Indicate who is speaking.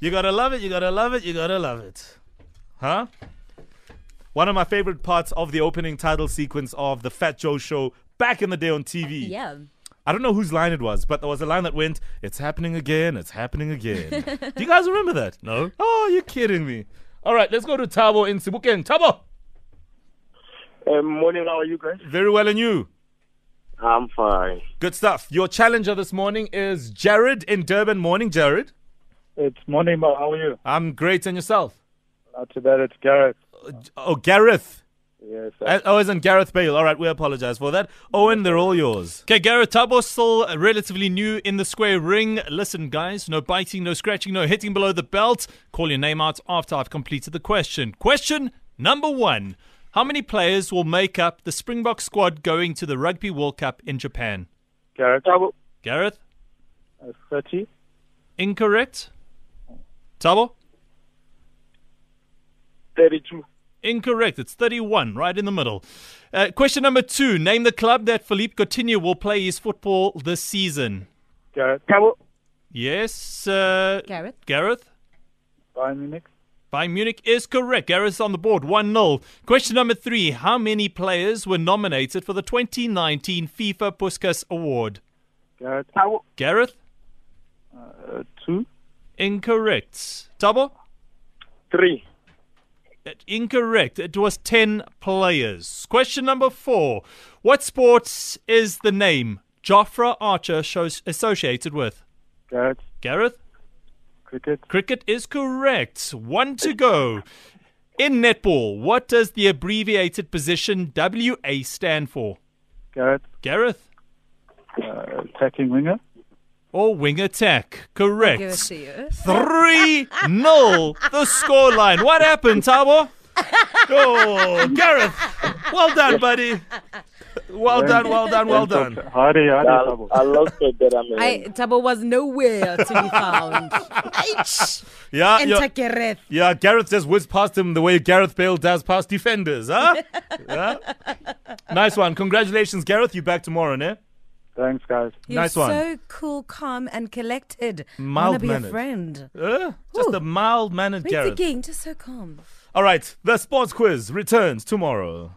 Speaker 1: You gotta love it. You gotta love it. You gotta love it. Huh? One of my favorite parts of the opening title sequence of the Fat Joe show back in the day on TV.
Speaker 2: Yeah.
Speaker 1: I don't know whose line it was, but there was a line that went, It's happening again, it's happening again. Do you guys remember that? No. Oh, you're kidding me. All right, let's go to Tabo in Sibukeng. Tabo,
Speaker 3: Um, morning, how are you guys?
Speaker 1: very well and you.
Speaker 3: I'm fine.
Speaker 1: Good stuff. Your challenger this morning is Jared in Durban. Morning, Jared.
Speaker 3: It's morning, Mo. How are you?
Speaker 1: I'm great, and yourself?
Speaker 3: Not too bad. It's Gareth.
Speaker 1: Oh, Gareth.
Speaker 3: Yes.
Speaker 1: Uh, Oh, isn't Gareth Bale. All right, we apologize for that. Owen, they're all yours.
Speaker 4: Okay, Gareth Tabo's still relatively new in the square ring. Listen, guys, no biting, no scratching, no hitting below the belt. Call your name out after I've completed the question. Question number one How many players will make up the Springbok squad going to the Rugby World Cup in Japan?
Speaker 3: Gareth. Tabo.
Speaker 4: Gareth,
Speaker 3: Uh, 30.
Speaker 4: incorrect. Tabo,
Speaker 3: 32.
Speaker 4: incorrect. It's 31, right in the middle. Uh, question number two Name the club that Philippe Coutinho will play his football this season.
Speaker 3: Gareth. Tabo.
Speaker 4: Yes, uh,
Speaker 2: Gareth.
Speaker 4: Gareth?
Speaker 3: Bayern Munich.
Speaker 4: Bayern Munich is correct. Gareth's on the board, 1 0. Question number three How many players were nominated for the 2019 FIFA Puskas Award?
Speaker 3: Gareth. Tabo.
Speaker 4: Gareth?
Speaker 3: Uh, 2.
Speaker 4: Incorrect. Tabo?
Speaker 3: 3.
Speaker 4: Uh, Incorrect. It was 10 players. Question number four What sports is the name Jofra Archer shows associated with?
Speaker 3: Gareth.
Speaker 4: Gareth?
Speaker 3: Cricket.
Speaker 4: Cricket is correct. One to go. In netball, what does the abbreviated position WA stand for?
Speaker 3: Gareth.
Speaker 4: Gareth?
Speaker 3: Uh, attacking winger.
Speaker 4: or wing attack. Correct.
Speaker 2: Give it to you.
Speaker 4: 3 0 the scoreline. What happened, Tabo?
Speaker 1: Oh, Gareth. Well done, buddy. Well done, well done, well done.
Speaker 3: Hardy, Hardy, Tabo.
Speaker 5: lost it, but I'm
Speaker 2: I, Tabo was nowhere to be found. Eish.
Speaker 1: Yeah,
Speaker 2: Enter
Speaker 1: yeah,
Speaker 2: Gareth.
Speaker 1: yeah, Gareth just whizzed past him the way Gareth Bale does past defenders, huh? yeah. Nice one. Congratulations, Gareth. You back tomorrow, eh?
Speaker 3: Thanks, guys.
Speaker 2: You're
Speaker 1: Nice
Speaker 2: so
Speaker 1: one.
Speaker 2: cool, calm, and collected.
Speaker 1: Mild
Speaker 2: Mild be
Speaker 1: mannered.
Speaker 2: a friend.
Speaker 1: Uh, just
Speaker 2: Ooh.
Speaker 1: a mild mannered
Speaker 2: Read the
Speaker 1: Gareth.
Speaker 2: game, just so calm.
Speaker 1: All right, the sports quiz returns tomorrow.